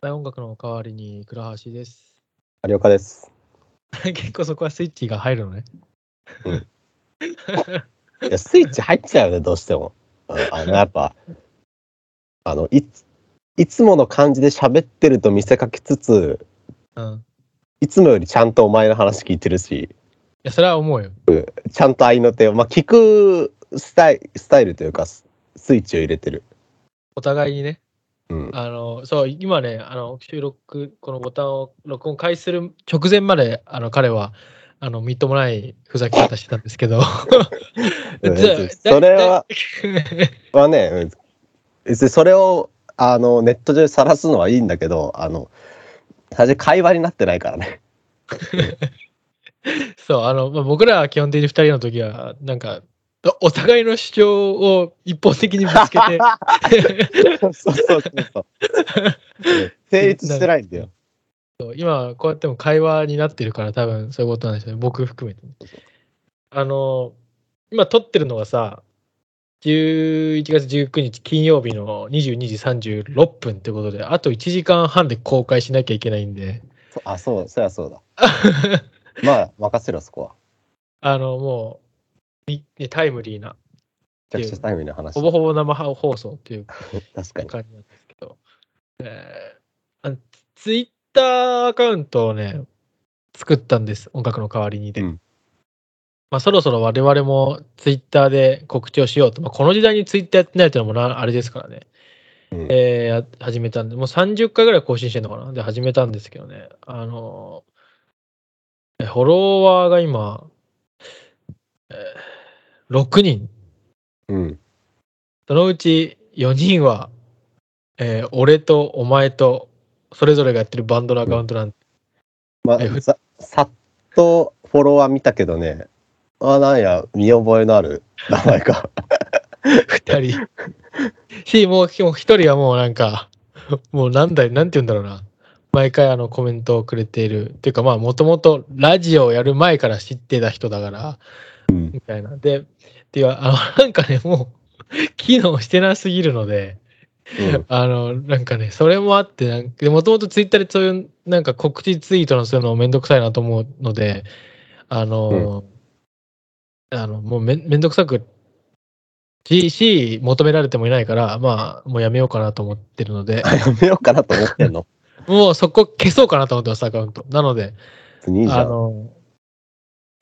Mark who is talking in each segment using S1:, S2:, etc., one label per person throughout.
S1: 大音楽の代わりに倉橋です。
S2: 有岡です。
S1: 結構そこはスイッチが入るのね。
S2: いや、スイッチ入っちゃうよね、どうしても。うんあの、やっぱ、あの、いつ、いつもの感じで喋ってると見せかけつつ、
S1: うん。
S2: いつもよりちゃんとお前の話聞いてるし、
S1: いや、それは思うよ。
S2: ちゃんと合いの手を、まあ、聞くスタイスタイルというか、ススイッチを入れてる。
S1: お互いにね。
S2: うん。
S1: あの、そう、今ね、あの、収録、このボタンを録音開始する直前まで、あの、彼は、あの、みっともないふざけ方してたんですけ ど。
S2: うん
S1: じゃあ
S2: それ は、はね、うん別にそれを、あの、ネット上にさらすのはいいんだけど、あの、最初会話になってないからね。
S1: そう、あの、まあ、僕らは基本的に2人の時は、なんか、おお互いの主張を一方的にぶつけて、
S2: そうそうそうそう。うん成立してないんだよ。
S1: そう今こうやっても会話になってるから多分そういうことなんですよね僕含めてねあの今撮ってるのがさ11月19日金曜日の22時36分ってことであと1時間半で公開しなきゃいけないんで
S2: そあ、そう、そりゃそうだ。まあ、任せろ、そこは。
S1: あのもういねタイムリーな
S2: めちゃくちゃタイムリーな話
S1: ほ。ぼほぼ生放送っていう
S2: 確かに。
S1: 感じなんですけど、えー、ツイッターアカウントをね、作ったんです、音楽の代わりにで。
S2: うん
S1: まあ、そろそろ我々もツイッターで告知をしようと、まあ、この時代にツイッターやってないっていうのもなあれですからね、
S2: うん
S1: えーや始めたんで、もう30回ぐらい更新してんのかなで、始めたんですけどね、あのーえフォロワーが今、えー6人
S2: うん。
S1: そのうち4人は、えー俺とお前と、それぞれがやってるバンドのアカウントなんて、
S2: ま
S1: えふ
S2: あ、さ、さっとフォロワー見たけどね、あ、なんや、見覚えのある名前 か。
S1: 2人。 し、もう1人はもうなんか、もうなんだ、なんて言うんだろうな。毎回あのコメントをくれている。っていうかまあ、もともとラジオをやる前から知ってた人だから、
S2: うん
S1: みたいな。で、っていう、あの、なんかね、もう、機能してなすぎるので、
S2: うん
S1: あの、なんかね、それもあって、なんか、もともとツイッターでそういう、なんか告知ツイートのするのめんどくさいなと思うので、あの、あの、もうめんめんどくさく、し、し、求められてもいないから、まあ、もうやめようかなと思ってるので、
S2: あやめようかなと思っ てんの。
S1: もうそこ消そうかなと思ってます、アカウント。なので、
S2: 別にいいじゃ
S1: あ
S2: ん。
S1: の、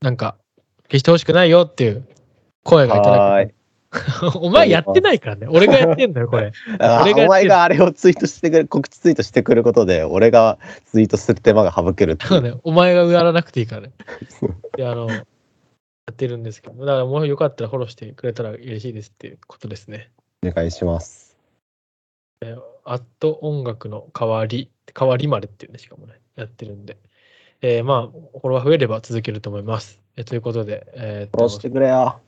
S1: なんか、消してほしくないよっていう声がいた
S2: は
S1: だ
S2: ーい。
S1: く。 お前やってないからね。俺がやってんだよ、これ。俺がや
S2: あ
S1: ってる
S2: お前があれをツイートしてくる、告知ツイートしてくることで、俺がツイートする手間が省けるってい
S1: そう
S2: う。
S1: ね、お前がやらなくていいからね。で、あの、やってるんですけど、だからもうよかったらフォローしてくれたら嬉しいですっていうことですね。
S2: お願いします。
S1: アット音楽の代わり、代わりまでっていうね、しかもね、やってるんで。えーまあ、フォロワー増えれば続けると思います。えということで、えーっ
S2: フォローし
S1: と、
S2: てくれよ。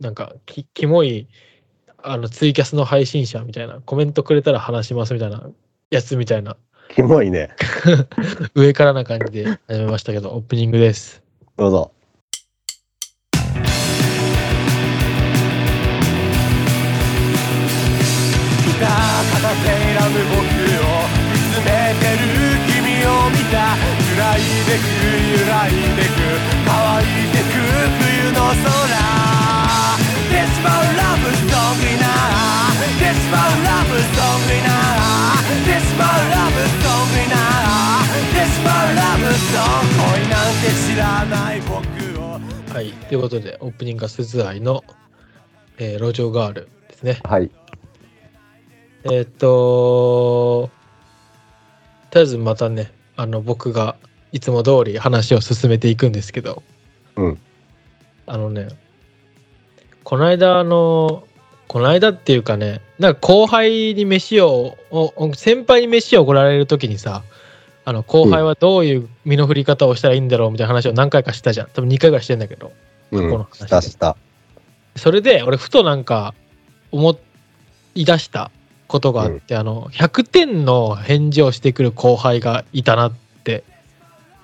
S1: なんか、きキモい、あの、ツイキャスの配信者みたいな、コメントくれたら話しますみたいな、やつみたいな、
S2: キモいね。
S1: 上からな感じで始めましたけど、オープニングです。
S2: どうぞ。
S3: た片手選ぶ僕を見つめてる君を見た揺らいでく揺らいでく乾いてく冬の空 This my love song にな This my love song にな This my love song にな This my love song 恋なんて知らない僕を
S1: はい、ということで、オープニングが鈴愛の、えー路上ガールですね。
S2: はい。
S1: えーっと、とりあえずまたね、あの、僕がいつも通り話を進めていくんですけど、
S2: うん。
S1: あのね、この間、あの、この間っていうかね、なんか後輩に飯を、おお先輩に飯をおごられるときにさ、あの後輩はどういう身の振り方をしたらいいんだろうみたいな話を何回かしたじゃん。多分2回ぐらいしてんだけど。
S2: う
S1: この
S2: ん。
S1: 話
S2: したした。
S1: それで俺ふとなんか思い出したことがあって、あの100点の返事をしてくる後輩がいたなって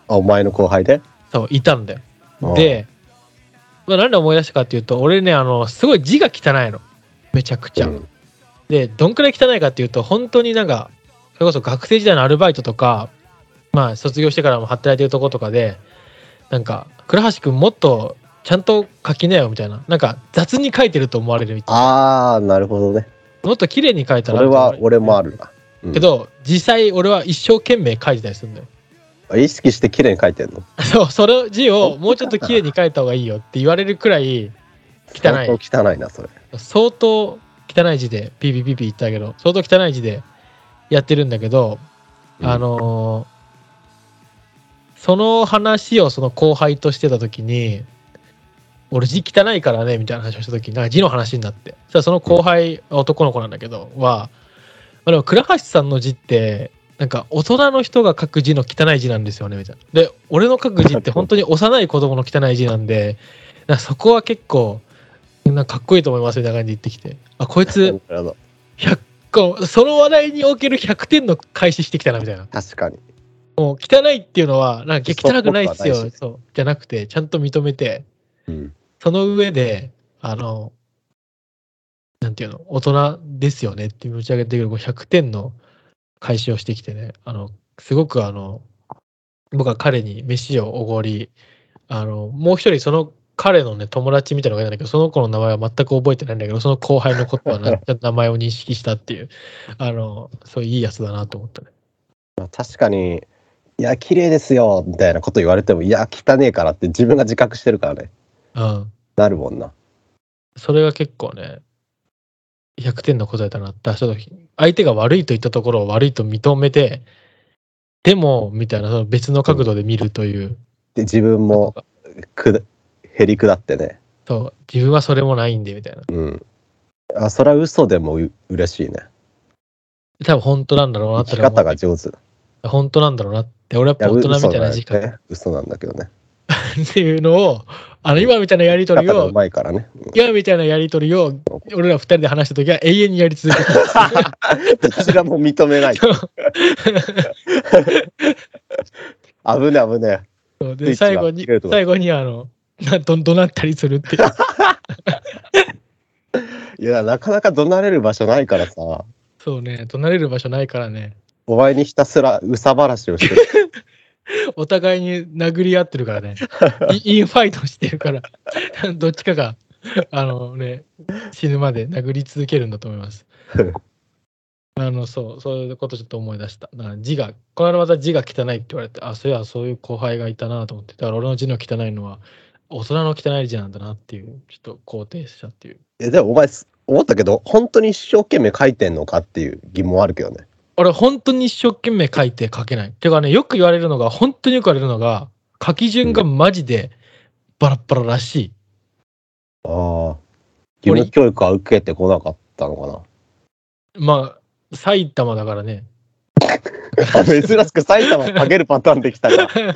S2: あ、お前の後輩で
S1: そういたんだよ
S2: ああ
S1: で、まあ、何で思い出したかっていうと俺ねあのすごい字が汚いのめちゃくちゃ、
S2: うん
S1: でどんくらい汚いかっていうと本当になんかそれこそ学生時代のアルバイトとか、まあ、卒業してからも働いてるとことかで、なんか、倉橋くんもっとちゃんと書きなよみたいな。なんか、雑に書いてると思われるみたい
S2: ああ、なるほどね。
S1: な。もっと綺麗に書いた
S2: そ
S1: ら。
S2: れは俺もあ。るな。うん
S1: けど、実際俺は一生懸命書いてたりするんだよ。
S2: 意識して綺麗に書いてんの
S1: そう、その字をもうちょっと綺麗に書いた方がいいよって言われるくらい、汚い
S2: 相当汚いな、それ。
S1: 相当汚い字でピーピーピーピー言ってたけど相当汚い字でやってるんだけど、
S2: うん
S1: あのーその話をその後輩としてた時に俺字汚いからねみたいな話をした時になんか字の話になってそしたらその後輩、男の子なんだけどは、まあ、でも倉橋さんの字ってなんか大人の人が書く字の汚い字なんですよねみたいな。で俺の書く字って本当に幼い子供の汚い字なんでなんかそこは結構なんかかっこいいと思いますみたいな感じで言ってきてあこいつ
S2: なるほど
S1: 100個その話題における100点の開始してきたなみたいな。
S2: 確かに。
S1: もう汚いっていうのはなんかいや汚くないっすよ
S2: そ
S1: そううじゃなくてちゃんと認めて
S2: うん。
S1: その上であのなんていうの大人ですよねって持ち上げてくるこう100点の開始をしてきてねあのすごくあの僕は彼に飯をおごりあのもう一人その彼のね友達みたいなのがいるんだけどその子の名前は全く覚えてないんだけどその後輩のことはな名前を認識したっていうあのそういういいやつだなと思ったね。
S2: まあ、確かに、いや、綺麗ですよ、みたいなこと言われても、いや、汚ねえからって自分が自覚してるからね。
S1: うん
S2: なるもんな。
S1: それが結構ね、100点の答えだなって、その相手が悪いと言ったところを悪いと認めて、でも、みたいな、その別の角度で見るという、
S2: で、自分もくだ、へりくだってね。
S1: そう、自分はそれもないんで、みたいな。
S2: うん。あ、それは嘘でもう嬉しいね。
S1: 多分本当なんだろうな
S2: 生
S1: って
S2: き
S1: 俺は思
S2: 方
S1: う
S2: が上手。い
S1: 本当なんだろうなって、俺はや
S2: や、
S1: っぱ大
S2: 嘘
S1: 人みたい
S2: な
S1: なん
S2: だ
S1: 時
S2: けど
S1: 間
S2: ね。嘘なんだけどね。
S1: っていうのを、あの、今みたいなやりと
S2: 生き
S1: り
S2: 方がう
S1: を、
S2: まいからね。うん
S1: 今みたいなやりとりを、俺ら二人で話した時は永遠にやり続けて る
S2: どちらも認めない。危ねえ危ね
S1: そう
S2: スイ
S1: で
S2: ッチが
S1: 最後に
S2: 切れるとこ
S1: 最後にあのなどどなったりするっていう
S2: え。いや、なかなか怒鳴れる場所ないからさ、
S1: そうね怒鳴れる場所ないからね
S2: お前にひたすら憂さ晴らしをしてる。
S1: お互いに殴り合ってるからねイインファイトしてるから どっちかがあのね死ぬまで殴り続けるんだと思いますあのそうそういうことちょっと思い出しただから字がこの間また字が汚いって言われてあそういやそういう後輩がいたなと思ってだから俺の字の汚いのは大人の汚い字なんだなっていうちょっと肯定したっていう
S2: いや、でもお前、思ったけど、本当に一生懸命書いてんのかっていう疑問あるけどね。
S1: 俺本当に一生懸命書いて書けない。てかね、よく言われるのが、本当によく言われるのが、書き順がマジでバラッバラらしい。
S2: ああ。義務教育は受けてこなかったのか
S1: まあ、埼玉だからね。
S2: な。珍しく埼玉にかけるパターンできたから。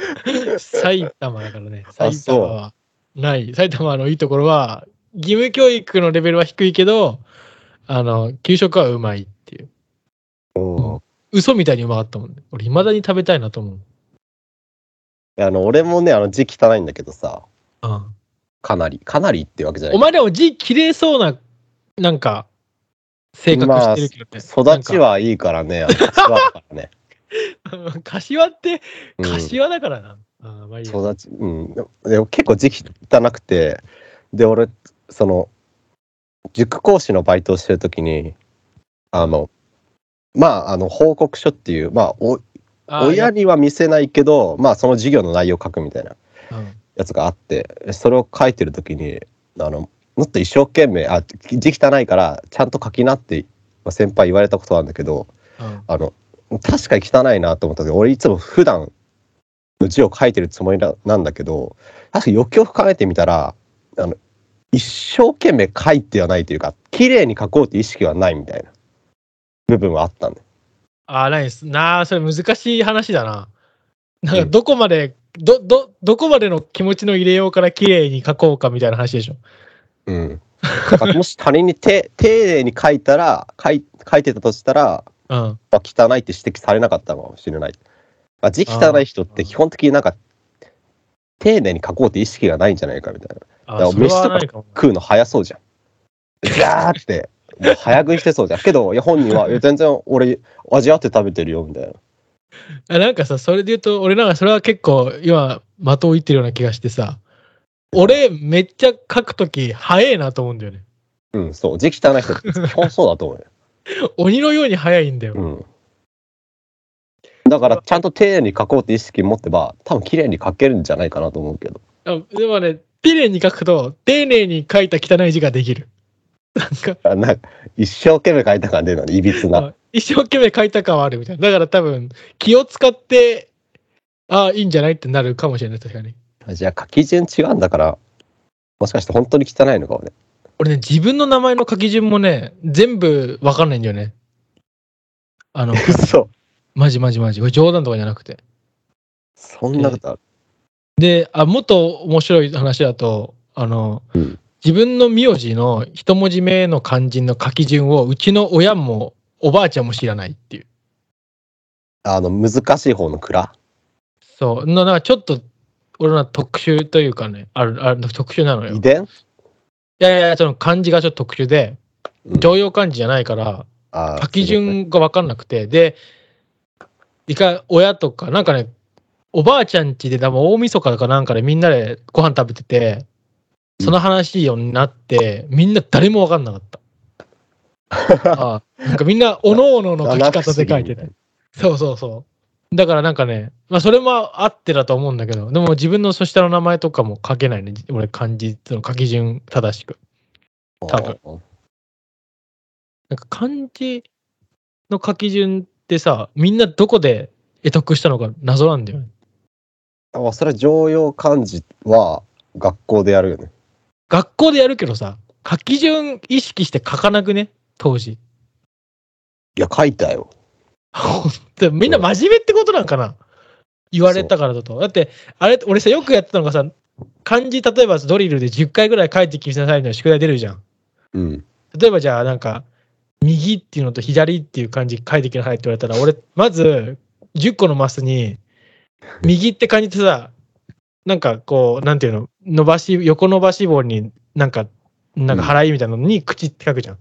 S1: 埼玉だからね。
S2: あそう
S1: 埼玉はない。埼玉のいいところは、義務教育のレベルは低いけど、あの、給食はうまいっていう。
S2: うん
S1: 嘘みたいにうまかったもんね。俺、未だに食べたいなと思う。
S2: あの俺もねあの字汚いんだけどさ
S1: うん。
S2: かなりかなりってわけじゃない
S1: お前でも字綺麗そうな、なんか、性格してるけどね。
S2: 育ちはいいからねあの柏だからね、
S1: なんか。 柏って、
S2: うん
S1: 柏だからな。あーまあいいや
S2: 育ちうんでもでも結構字汚くてで俺その塾講師のバイトをしてる時にあのまああの報告書っていうまあお
S1: あー
S2: 親には見せないけどまあその授業の内容を書くみたいな
S1: うん
S2: やつがあってそれを書いてる時にあのもっと一生懸命あ字汚いからちゃんと書きなってまあ先輩言われたことなんだけど
S1: うん
S2: あの確かに汚いなと思ったけど俺いつも普段の字を書いてるつもりななんだけど確かによくよく考えてみたらあの一生懸命書いてはないというか綺麗に書こうって意識はないみたいな部分はあったんで
S1: あー、ないです。なあ、それ難しい話だな。なんか、どこまで、ど、ど、どこまでの気持ちの入れようから綺麗に書こうかみたいな話でしょ。
S2: うん、だからもし他人にて 丁寧に書いたら書い書いてたとしたら
S1: うん。
S2: まあ、汚いって指摘されなかったのかもしれない。まあ、字汚い人って基本的になんか、丁寧に書こうって意識がないんじゃないかみたいな。
S1: あ
S2: だから
S1: ーそれは
S2: 飯とか
S1: ないかも。
S2: 食うの早そうじゃん。ガーって、もう早食いしてそうじゃん。けど、いや本 人は、いや全然俺、味合って食べてるよ、みたいな。
S1: あなんかさ、それで言うと、俺なんかそれは結構今、的を射ってるような気がしてさ、俺めっちゃ書くとき早いなと思うんだよね。
S2: うん、そう。字汚い人、基本そうだと思うよ。
S1: 鬼のように早いんだよ。
S2: うん。だから、ちゃんと丁寧に書こうって意識持ってば、多分綺麗に書けるんじゃないかなと思うけど。
S1: あでもね、丁寧に書くと、丁寧に書いた汚い字ができる。なんか、
S2: あなんか、一生懸命書いた感じのいびつな。
S1: 一生懸命書いた感はあるみたいな。だから多分、気を使って、ああ、いいんじゃないってなるかもしれない、確かに。
S2: じゃあ、書き順違うんだから、もしかして本当に汚いのかもね。
S1: 俺ね、自分の名前の書き順もね、全部わかんないんだよね。あ の、
S2: そう。
S1: マジマジマジ。これ冗談とかじゃなくて。
S2: そんなことある。
S1: で、あ、もっと面白い話だと、あの、
S2: うん
S1: 自分の名字の一文字目の漢字の書き順をうちの親もおばあちゃんも知らないっていう。
S2: あの、難しい方の蔵。
S1: そう。ななんかちょっと、俺の特殊というかね、ある、ある特殊なのよ。
S2: 遺
S1: い
S2: 伝
S1: やいやいや、その漢字がちょっと特殊で、
S2: うん
S1: 常用漢字じゃないから、
S2: あー
S1: 書き順が分かんなくて、で、一回親とか、なんかね、おばあちゃん家で、多分大晦日かなんかでみんなでご飯食べてて、その話になって、みんな誰も分かんなか った。あーなんかみんな、おのおのの書き方で書いてない。そうそうそう。だからなんかね、まあそれもあってだと思うんだけど、でも自分のそしたの名前とかも書けないね。俺漢字、その書き順正しく。多分
S2: 分。
S1: なんか漢字の書き順ってさ、みんなどこで得得したのか謎なんだよね。
S2: あそれは常用漢字は学校でやるよね。
S1: 学校でやるけどさ、書き順意識して書かなくね当時。
S2: いや、書いたよ。
S1: ほんとみんな真面目ってことなんかな言われたからだと。だって、あれ、俺さ、よくやってたのがさ、漢字、例えばドリルで10回ぐらい書いてきなさいの宿題出るじゃん。
S2: うん。
S1: 例えばじゃあ、なんか、右っていうのと左っていう漢字書いてきなさいって言われたら、俺、まず、10個のマスに、右って漢字ってさ、なんかこう、なんていうの、伸ばし、横伸ばし棒に、なんか、なんか払いみたいなのに口って書くじゃん。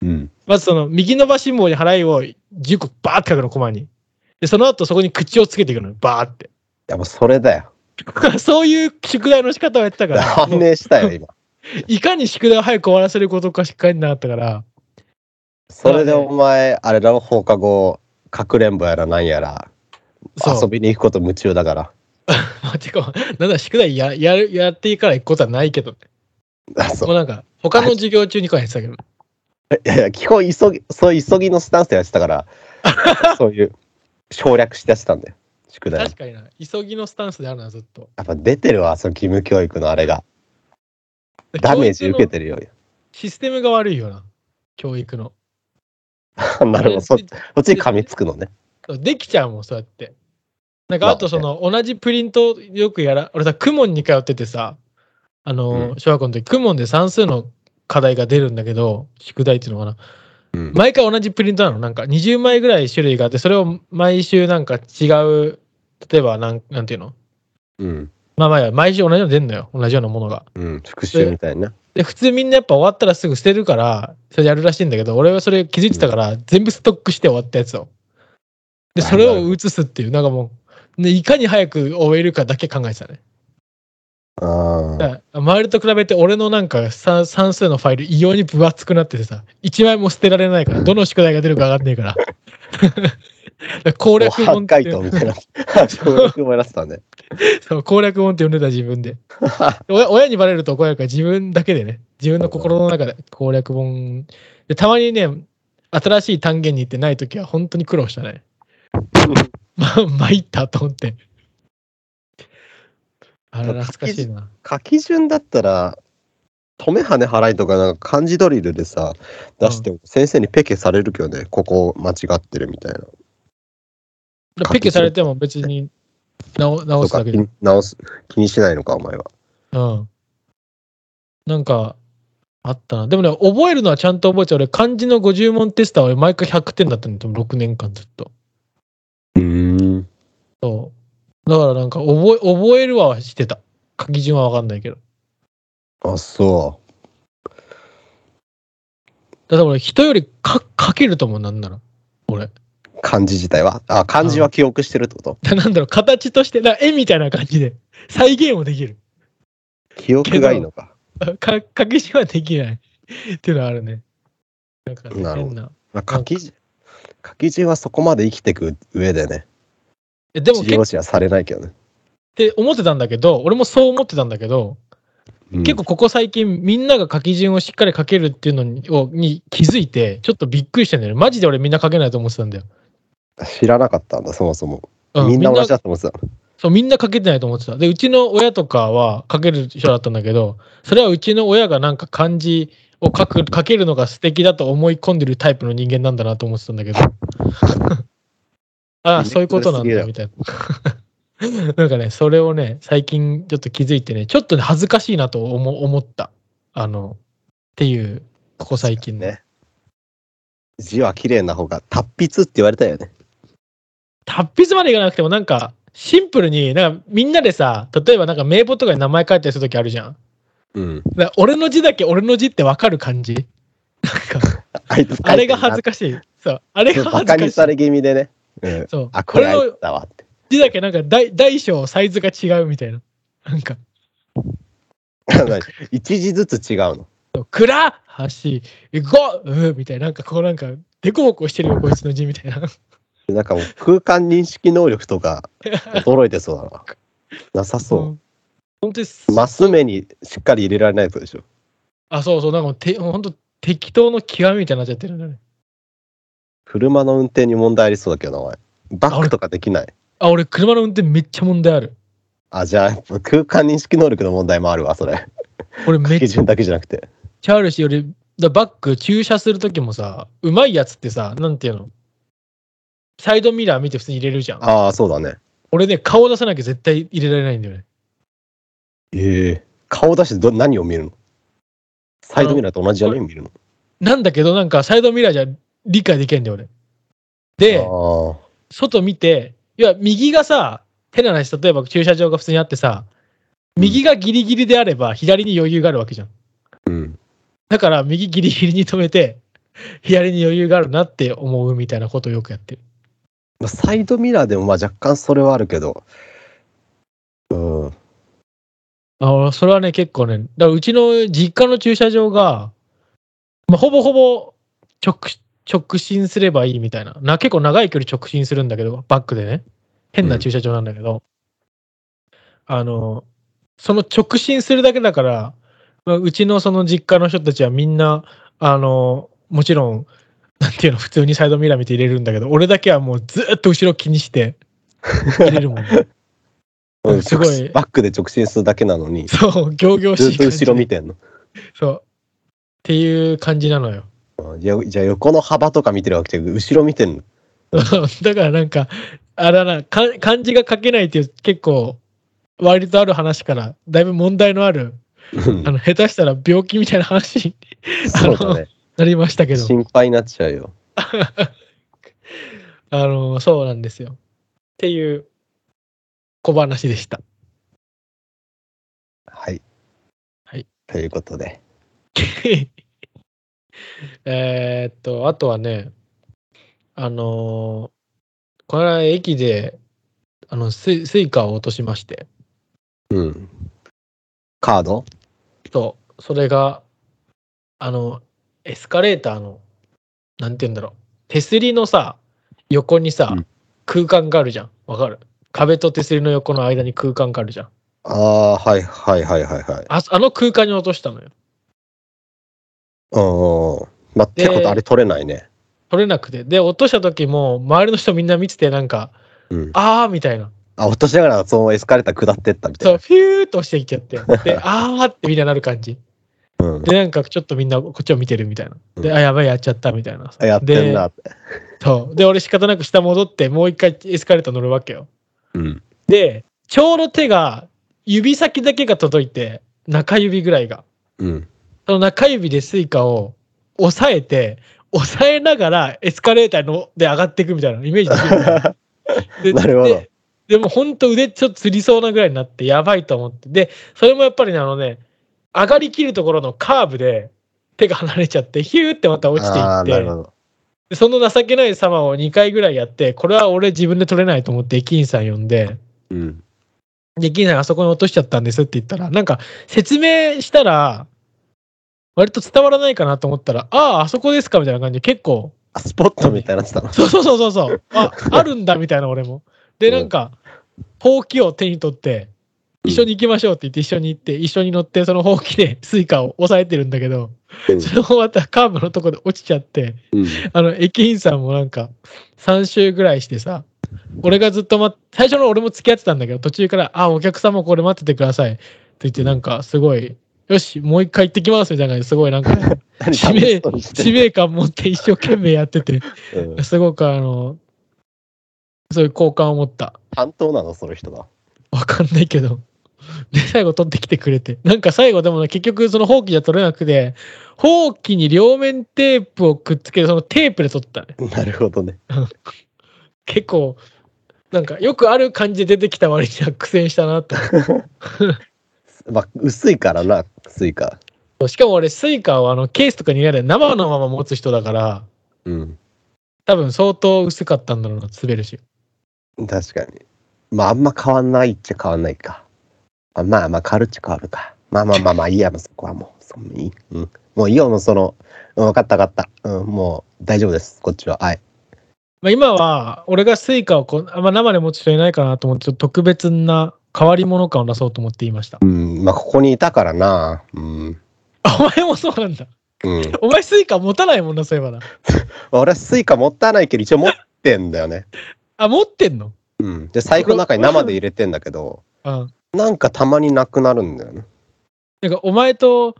S2: うん。
S1: まずその右伸ばし棒に払いを10個バーって書くの、コマに。で、その後そこに口をつけていくのよ、バーって。
S2: やっぱそれだよ。
S1: そういう宿題の仕方をやってたから、
S2: 判明したよ、今。
S1: いかに宿題を早く終わらせることかしかなかったから、
S2: それでお前、あれだろ、放課後、かくれんぼやらなんやら、
S1: そう。
S2: 遊びに行くこと夢中だから。
S1: まあ、てか、なんだ、宿題ややるやっていいから行くことはないけど、
S2: あそ
S1: も
S2: う
S1: うなんか、他の授業中にこうやってたけど、
S2: いやいや、基本急ぎ、そういう急ぎのスタンスでやってた から、そういう省略してやってたんだよ、宿題。
S1: 確かにな、急ぎのスタンスであるな、ずっと。
S2: やっぱ出てるわ、その義務教育のあれが。ダメージ受けてるよ。
S1: システムが悪いよな、教育の。
S2: なるほど、そ
S1: あ
S2: そ
S1: れ
S2: っちに噛みつくのね。
S1: そうできちゃうもん、そうやって。なんか、
S2: まあ
S1: あとその、同じプリントよくやら、俺さ、クモンに通っててさ、あの、
S2: う
S1: 小学校の時、クモンで算数の課題が出るんだけど、宿題っていうのかな。
S2: うん
S1: 毎回同じプリントなの。なんか、20枚ぐらい種類があって、それを毎週なんか違う、例えば、なんなんていうの
S2: うん、
S1: まあまあ、毎週同じの出んのよ。同じようなものが。
S2: うん、復習みたいな。
S1: で、普通みんなやっぱ終わったらすぐ捨てるから、それやるらしいんだけど、俺はそれ気づいてたから、全部ストックして終わったやつを。で、それを移すっていう、なんかもう、ね、いかに早く終えるかだけ考えてたね。
S2: あ
S1: だから周りと比べて、俺のなんか算算数のファイル、異様に分厚くなっててさ、1枚も捨てられないから、どの宿題が出るか分かんねえから。だから 攻
S2: これ
S1: 略本
S2: 破
S1: って
S2: 壊とみたいな。 省略もやらせたね。
S1: そう攻略本って呼んでた自分で。親親にバレると怒られるから自分だけでね、自分の心の中で攻略本。で、たまにね、新しい単元に行ってないときは本当に苦労したね。まあ、参ったと思って。あれ、懐かしいな。
S2: 書き順だったら、止め跳ね払いとか、なんか漢字ドリルでさ、出しても先生にペケされるけどね、ここ間違ってるみたいな。書き
S1: ペケされても別に直直
S2: と
S1: すだ
S2: か
S1: け
S2: 気
S1: で。
S2: に直す、気にしないのか、お前は。
S1: うん。なんか、あったな。でもね、覚えるのはちゃんと覚えちゃう。俺、漢字の50問テストは俺、毎回100点だったんだよ。6年間ずっと。
S2: うん。
S1: そう。だからなんか覚え、覚えるはしてた。書き順はわかんないけど。
S2: あ、そ
S1: だから俺、人よりか書けると思う、なんなら。俺。
S2: 漢字自体は。あ、漢字は記憶してるってこと
S1: だなんだろう、形として、だから絵みたいな感じで、再現もできる。
S2: 記憶がいいのか。
S1: か、書きしはできない。っていうのはあるね。なんか、
S2: なるほ
S1: 変
S2: ど
S1: な。
S2: まあ、書き字、書き字はそこまで生きてく上でね、
S1: えでも、
S2: 事
S1: 結
S2: 業
S1: 構っ
S2: 視はされないけどね。
S1: て思ってたんだけど、俺もそう思ってたんだけど、
S2: うん
S1: 結構ここ最近みんなが書き順をしっかり書けるっていうのにをに気づいてちょっとびっくりしてんだよねマジで俺みんな書けないと思ってたんだよ、
S2: 知らなかったんだ、そもそも。
S1: う
S2: みんな
S1: みん
S2: 同
S1: な
S2: じだと思ってた。
S1: そうみんな書けてないと思ってたでうちの親とかは書ける人だったんだけどそれはうちの親がなんか漢字を書く書けるのが素敵だと思い込んでるタイプの人間なんだなと思ってたんだけどああそういうことなんだみたいな なんかねそれをね最近ちょっと気づいてねちょっとね恥ずかしいなと思思ったあのっていうここ最近ね
S2: ね。字は綺麗な方が、達筆って言われたよね。
S1: 達筆までいかなくてもなんかシンプルになんかみんなでさ例えばなんか名簿とかに名前書いたりするときあるじゃん
S2: うん。
S1: だから俺の字だけ俺の字ってわかる感じなんか
S2: あいつ書いてんな
S1: あれが恥ずかしいそうあれ
S2: ちょっ
S1: が
S2: と
S1: 恥ず
S2: バカに
S1: かし
S2: さ
S1: い
S2: れ気味でね。うん、
S1: そう
S2: あ、これあ
S1: 俺
S2: い
S1: の
S2: つだわって。
S1: 字だけなんか大大小サイズが違うみたいななんか
S2: 一字ずつ違うの。
S1: 「蔵橋ごう」みたいななんかこうなんかデコボコしてるよこいつの字みたいな
S2: なんかもう空間認識能力とか驚いてそうだな。なさそ
S1: ん本当にす
S2: う。マス目にしっかり入れられないとでしょ。
S1: あそうそうなんかもうて本当適当の極みみたいになっちゃってるんだね
S2: 車の運転に問題ありそうだけどな、お前。バックとかできない。
S1: あ俺車の運転めっちゃ問題ある
S2: あ、じゃあ、空間認識能力の問題もあるわ、それ。
S1: 俺めっ
S2: 基
S1: ちゃ
S2: 準だけじゃなくて。
S1: チャールズより、だバック駐車するときもさ、うまいやつってさ、なんていうのサイドミラー見て普通に入れるじゃん。
S2: ああ、そうだね。
S1: 俺ね、顔出さなきゃ絶対入れられないんだよね。
S2: ええ顔出してど何を見るのサイドミラーと同じじゃね
S1: あ
S2: 見るの。
S1: なんだけど、なんかサイドミラーじゃ理解できないんだよ、俺。で、
S2: あ
S1: 外見て、いや、右がさ、手の話、例えば駐車場が普通にあってさ、右がギリギリであれば、左に余裕があるわけじゃん。
S2: あ。うん。
S1: だから、右ギリギリに止めて、左に余裕があるなって思うみたいなことをよくやってる。
S2: まあサイドミラーでもまあ若干それはあるけど。うん。
S1: あそれはね、結構ね、だからうちの実家の駐車場が、まあ、ほぼほぼ直直進すればいいみたいなな、結構長い距離直進するんだけど、バックでね、変な駐車場なんだけど、あの、その直進するだけだから、まあうちのその実家の人たちはみんな、あの、もちろん、なんていうの、普通にサイドミラー見て入れるんだけど、俺だけはもうずっと後ろ気にして入れるもん、ね。
S2: うん
S1: すごい
S2: バックで直進するだけなのに、
S1: そう、行々
S2: ず
S1: し
S2: っ
S1: い感
S2: と
S1: じ
S2: 後
S1: で
S2: ろ見てんの。
S1: そう。っていう感じなのよ。
S2: うんじゃあじゃあ横の幅とか見てるわけじゃなくて後ろ見てんの。
S1: だからなんか、あれだな、か漢字が書けないっていう結構、割とある話から、だいぶ問題のある、
S2: うん
S1: あの、下手したら病気みたいな話に
S2: そうだね。
S1: なりましたけど、
S2: 心配になっちゃうよ。
S1: あの、そうなんですよ。っていう小話でした。
S2: はい。
S1: はい。
S2: ということで。
S1: えーっと、あとはね、あのーこれは駅で、あの、スイスイカを落としまして、
S2: うん。カード
S1: そう、それが、あの、エスカレーターの、なんて言うんだろう、手すりのさ、横にさ、
S2: うん
S1: 空間があるじゃん。わかる壁と手すりの横の間に空間があるじゃん。
S2: ああー、はいはいはいはいはい。
S1: ああの空間に落としたのよ。
S2: うんうんうん。まあ、
S1: で
S2: てことあれ取れないね。
S1: 取れなくて。で、落とした時も、周りの人みんな見てて、なんか、
S2: うん。
S1: あーみたいな。
S2: あ、落としながらそのエスカレーター下ってったみたい
S1: そう、
S2: な。
S1: フューっとしていっちゃって。 で、あーってみんななる感じ。
S2: うん。
S1: で、なんかちょっとみんなこっちを見てるみたいな。で、あ、やばい、やっちゃったみたいな。
S2: やってんなって。
S1: そう。で、俺仕方なく下戻って、もう一回エスカレーター乗るわけよ。
S2: うん。
S1: で、ちょうど手が、指先だけが届いて、中指ぐらいが。
S2: うん。
S1: その中指でスイカを押さえて、押さえながらエスカレーターので上がっていくみたいなイメージできるで
S2: なるほど
S1: ででも本当腕ちょっとつりそうなぐらいになってやばいと思って。で、それもやっぱりね、あのね、上がりきるところのカーブで、手が離れちゃって、ヒューってまた落ちてい
S2: ああ
S1: っ
S2: ー、なる
S1: て
S2: ほ、ど。
S1: でその情けない様を2回ぐらいやって、これは俺自分で取れないと思って駅員さん呼んで、
S2: うん。
S1: で、銀さんあそこに落としちゃったんですって言ったら、なんか説明したら、割と伝わらないかなと思ったら、ああ、あそこですかみたいな感じで結構、
S2: あスポットみたいになってたの。
S1: そうそうそうそうそう、あ、あるんだみたいな俺も。で、なんか、ほうきを手に取って、一緒に行きましょうって言って一緒に行って、一緒に乗って、そのほうきでスイカを押さえてるんだけど、
S2: うん
S1: それをまたカーブのとこで落ちちゃって、
S2: うん
S1: あの、駅員さんもなんか、3周ぐらいしてさ、俺がずっと待っ最初の俺も付き合ってたんだけど、途中から、あ、お客様これ待っててくださいって言って、なんか、すごい、よし、もう一回行ってきますみたいな感じですごいなんか、
S2: 何
S1: 使
S2: 楽し
S1: 命
S2: そうにし、て
S1: 使命感持って一生懸命やってて、
S2: うん
S1: すごくあの、そういう好感を持った。
S2: 担当なの、その人が。
S1: わかんないけど。で、最後取ってきてくれて。なんか最後でもね、結局そのほうきじゃ取れなくて、ほうきに両面テープをくっつけて、そのテープで取ったね。
S2: なるほどね。
S1: 結構なんかよくある感じで出てきた割には苦戦したなと
S2: まあ、薄いからな、スイカ。
S1: しかも俺スイカをあのケースとかに入れないで生のまま持つ人だから
S2: うん。
S1: 多分相当薄かったんだろうな滑るし
S2: 確かに。まあ、あんま変わんないっちゃ変わんないか。あまあまあ、変わるっちゃ変わるか。まあまあまあまあ、いいや、もうそこはもう、そんないい。うん。もういいよ、もうその、うんわかったわかった。うん、もう大丈夫です、こっちは。はい。
S1: まあ、今は俺がスイカをこうあんま生で持つ人いないかなと思ってちょっと特別な変わり者感を出そうと思って言いました
S2: うん、まあ、ここにいたからな。うん。
S1: あお前もそうなんだ
S2: うん。
S1: お前スイカ持たないもんなそういえばな
S2: 俺はスイカ持ったいないけど、一応持ってんだよね。
S1: あ持ってんの
S2: うん。で、財布の中に生で入れてんだけど、
S1: うん
S2: なんかたまになくなるんだよね。
S1: なんかお前と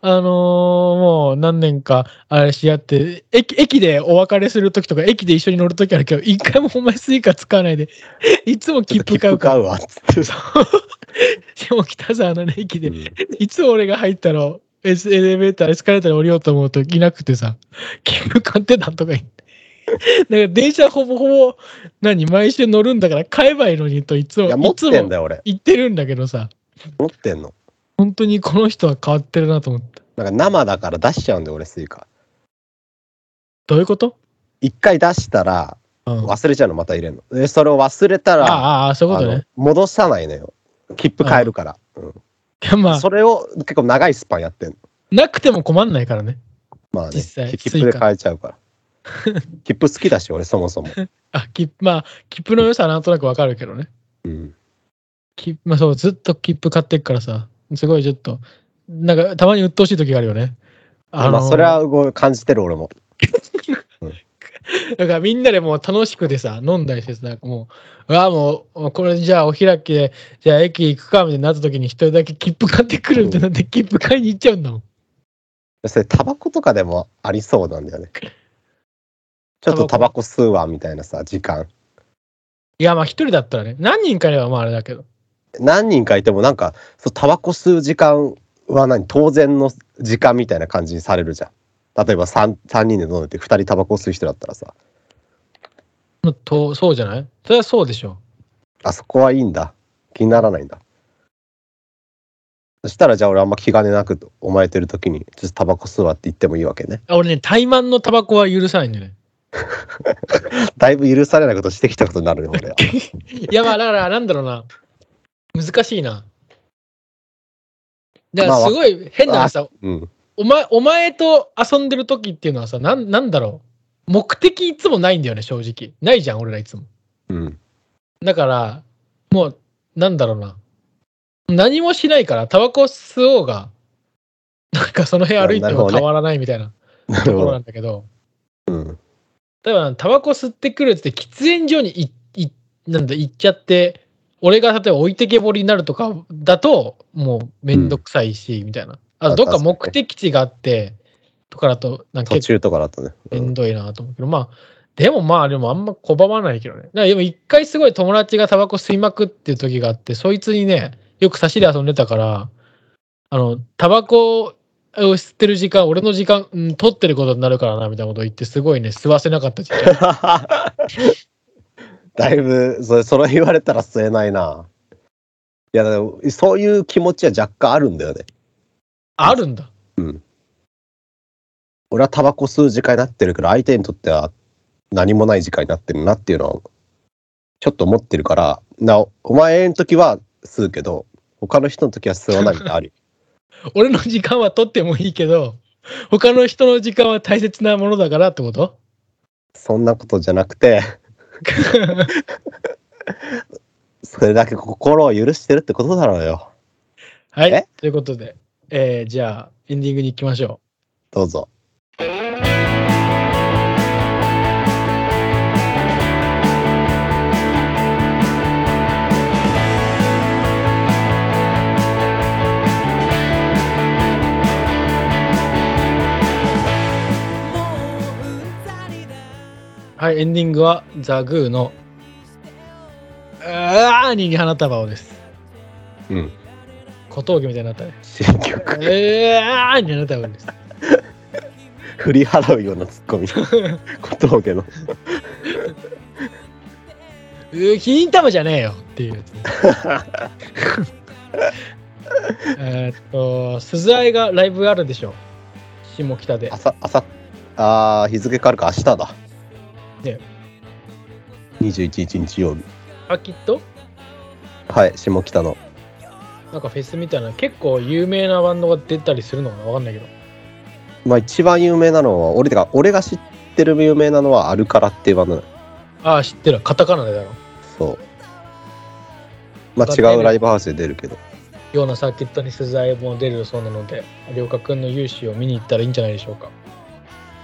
S1: あのーもう何年かあれし合って駅駅でお別れする時とか駅で一緒に乗る時あるけど一回もお前スイカ使わないで いつも
S2: ち
S1: 切
S2: ょっと
S1: 符買うから
S2: わ、つって。
S1: でも北沢のね駅で
S2: うん
S1: いつ俺が入ったのエスエレベーターエスカレーターに降りようと思うといなくてさ切符買ってたとか言ってなんか電車ほぼほぼ何毎週乗るんだから買えばいいのにといつも
S2: いや、持っ
S1: いつ
S2: てん
S1: も
S2: だよ、俺。
S1: 言ってるんだけどさ
S2: 持ってんの。
S1: 本当にこの人は変わってるなと思って
S2: なんか生だから出しちゃうんだよ、俺、スイカ。
S1: どういうこと、
S2: 一回出したら、
S1: うん
S2: 忘れちゃうの、また入れるの。で、それを忘れたら、
S1: あああ、そういうこと
S2: あの
S1: ね。
S2: 戻さないのよ。切符変えるから。
S1: いやまあ、
S2: それを結構長いスパンやってんの。
S1: なくても困んないからね。
S2: まあね、
S1: 実際
S2: 切符で変えちゃ うから。切符好きだし、俺、そもそも。
S1: あ、きまあ、切符の良さはなんとなくわかるけどね。
S2: うん。
S1: きまあそう、ずっと切符買ってっからさ、すごいちょっと、なんかたまに鬱陶しい時があるよね。
S2: まあ、それはこう感じてる、俺も。
S1: だからみんなでもう楽しくてさ、飲んだりしてさ、なんかもう、うわあもう、これじゃあお開きで、じゃあ駅行くかみたいになった時に一人だけ切符買ってくるってなって、切符買いに行っちゃうんだもん。
S2: それ、タバコとかでもありそうなんだよね。ちょっとタ
S1: タ
S2: バ
S1: バ
S2: コ吸うわ、みたいなさ、時間。
S1: いや、まあ一人だったらね、何人かいればまああれだけど。
S2: 何人かいてもなんかそうタバコ吸う時間は何当然の時間みたいな感じにされるじゃん例えば 3, 三人で飲んでて2人タバコ吸う人だったらさ
S1: まあとそうじゃないそれはそうでしょ。
S2: あそこはいいんだ気にならないんだそしたらじゃあ俺あんま気兼ねなくお前といる時にちょっとタバコ吸うわって言ってもいいわけね
S1: あ俺ね、怠慢のタバコは許さないんだよね。
S2: だいぶ許されないことしてきたことになるよ俺は
S1: いやまあだからなんだろうな難しいなだか
S2: まあ
S1: ら
S2: わ
S1: すごい変なのさ、
S2: うん
S1: お前お前と遊んでる時っていうのはさなんなんだろう目的いつもないんだよね正直ないじゃん俺らいつも
S2: うん
S1: だからもうなんだろうな何もしないからタバコ吸おうがなんかその辺歩いても変わらないみたいな
S2: な
S1: と
S2: る
S1: こ
S2: ほ
S1: ろなん
S2: ど
S1: だけど
S2: うん
S1: 例えばタバコ吸ってくるっつって喫煙所にいいなんだ行っちゃって俺が例えば置いてけぼりになるとかだともうめんどくさいし、みたいなあ
S2: あ
S1: とどっか
S2: 確かに
S1: 目的地があってとかだとなんか
S2: 途
S1: 結構
S2: 中とかだとね、う
S1: めん
S2: ん、
S1: どいなと思うけど、まあでもまあでもあんま拒まないけどねだからでも一回すごい友達がタバコ吸いまくってる時があってそいつにねよく差しで遊んでたからあのタバコを吸ってる時間俺の時間、うん、取ってることになるからなみたいなこと言ってすごいね吸わせなかった時間
S2: だいぶそれそれ言われたら吸えないないやでもそういう気持ちは若干あるんだよね
S1: あるんだ。
S2: うん俺はタバコ吸う時間になってるから相手にとっては何もない時間になってるなっていうのはちょっと思ってるからなおお前の時は吸うけど他の人の時は吸わないみたいなのある
S1: 俺の時間は取ってもいいけど、他の人の時間は大切なものだからってこと
S2: そんなことじゃなく てそれだけ心を許してるってことだろうよ
S1: は
S2: え
S1: い。ということで、えーじゃあ、エンディングに行きましょ
S2: どうぞ
S1: う。はい、エンディングは、ザ・グーの、あーにに花束をです。
S2: うん
S1: 小峠みたいになったね。
S2: 新 曲
S1: えーあーに花束です。
S2: 振り払うようなツッコ ミ小峠の
S1: うー金玉じゃねえよっていうやつ。えーっと、鈴愛がライブあるでしょ。下北で
S2: あ。さあさあー日付変わるか明日だ
S1: ね
S2: 21日日曜日
S1: あ、きっと
S2: はい下北の
S1: なんかフェスみたいな、結構有名なバンドが出たりするのかなわかんないけど。
S2: まあ一番有名なのは俺てか俺が知ってる有名なのはアルカラっていうバンドなの
S1: ああ、知ってる。カタカナでだろ。
S2: そうまあ
S1: だっ
S2: 違
S1: てね
S2: うライブハウスで出るけど
S1: ようなサーキットに鈴愛も出るそうなので、りょうかくんの勇姿を見に行ったらいいんじゃないでしょうか。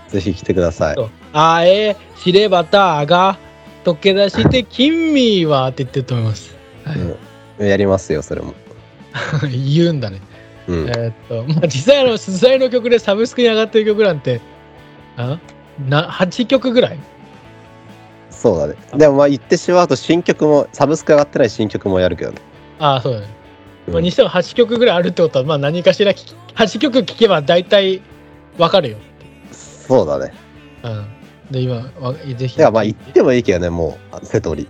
S2: ぜひ来てください
S1: そうあえ、知ればたあが、溶け出して、金味はって言ってると思います。
S2: うんやりますよそれも
S1: はい、言うんだね。
S2: うん
S1: えーっと、まあ、実際あの、鈴愛の曲でサブスクに上がってる曲なんて、あな8曲ぐらい
S2: そうだねでもまあ言ってしまうと新曲もサブスク上がってない新曲もやるけどね
S1: ああ、そうだね。まあ、
S2: うん
S1: にしても8曲ぐらいあるってことは、まあ、何かしら聞き8曲聴けば大体わかるよ。
S2: そうだね
S1: うん。で、今、わぜひ。
S2: ではまあ言ってもいいけどねもうあ瀬 戸り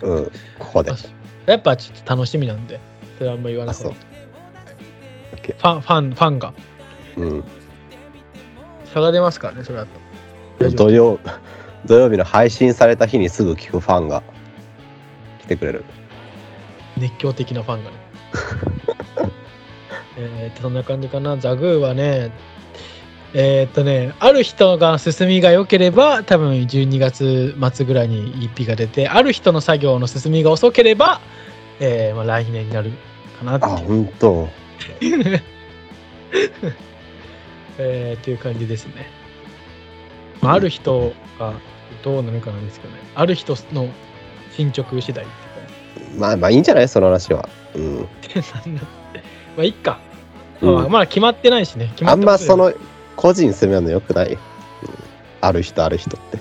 S2: うんここで
S1: あやっぱちょっと楽しみなんで、それはあんま言わなくて
S2: あ
S1: も
S2: そ
S1: ファン、ファン、ファンが。
S2: うん
S1: 差が出ますからね、それだと。大丈夫
S2: 土曜土曜日の配信された日にすぐ聞くファンが来てくれる
S1: 熱狂的なファンがね。 えーっと、そんな感じかな。ザグーはね、えーっとね、ある人が進みが良ければ、多分12月末ぐらいに一匹が出て、ある人の作業の進みが遅ければ、えーまあ、来年になるかな
S2: あ
S1: っていう、
S2: 本当
S1: えーっていう感じですね。まあ、ある人がどうなるかなんですけどね、ある人の進捗次第っていうかね
S2: まあまあいいんじゃないその話はうん、
S1: なんだ まあ、いっか。
S2: うん
S1: まあまだ決まってないしね。決ま
S2: あ
S1: っ
S2: ん
S1: て
S2: ま
S1: ことで
S2: その個人攻めるのよくない、うんある人ある人って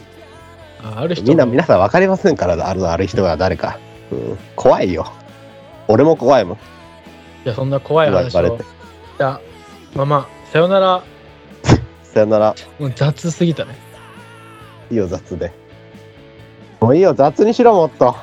S1: あある人
S2: みんな皆さん分かりませんからあるある人が誰か、うん、怖いよ俺も怖いもん
S1: いや、そんな怖い
S2: 今
S1: 話
S2: 言われ
S1: を
S2: て
S1: したまま、さよなら、
S2: さよなら
S1: もう雑すぎたね。
S2: いいよ雑でもういいよ雑にしろもっと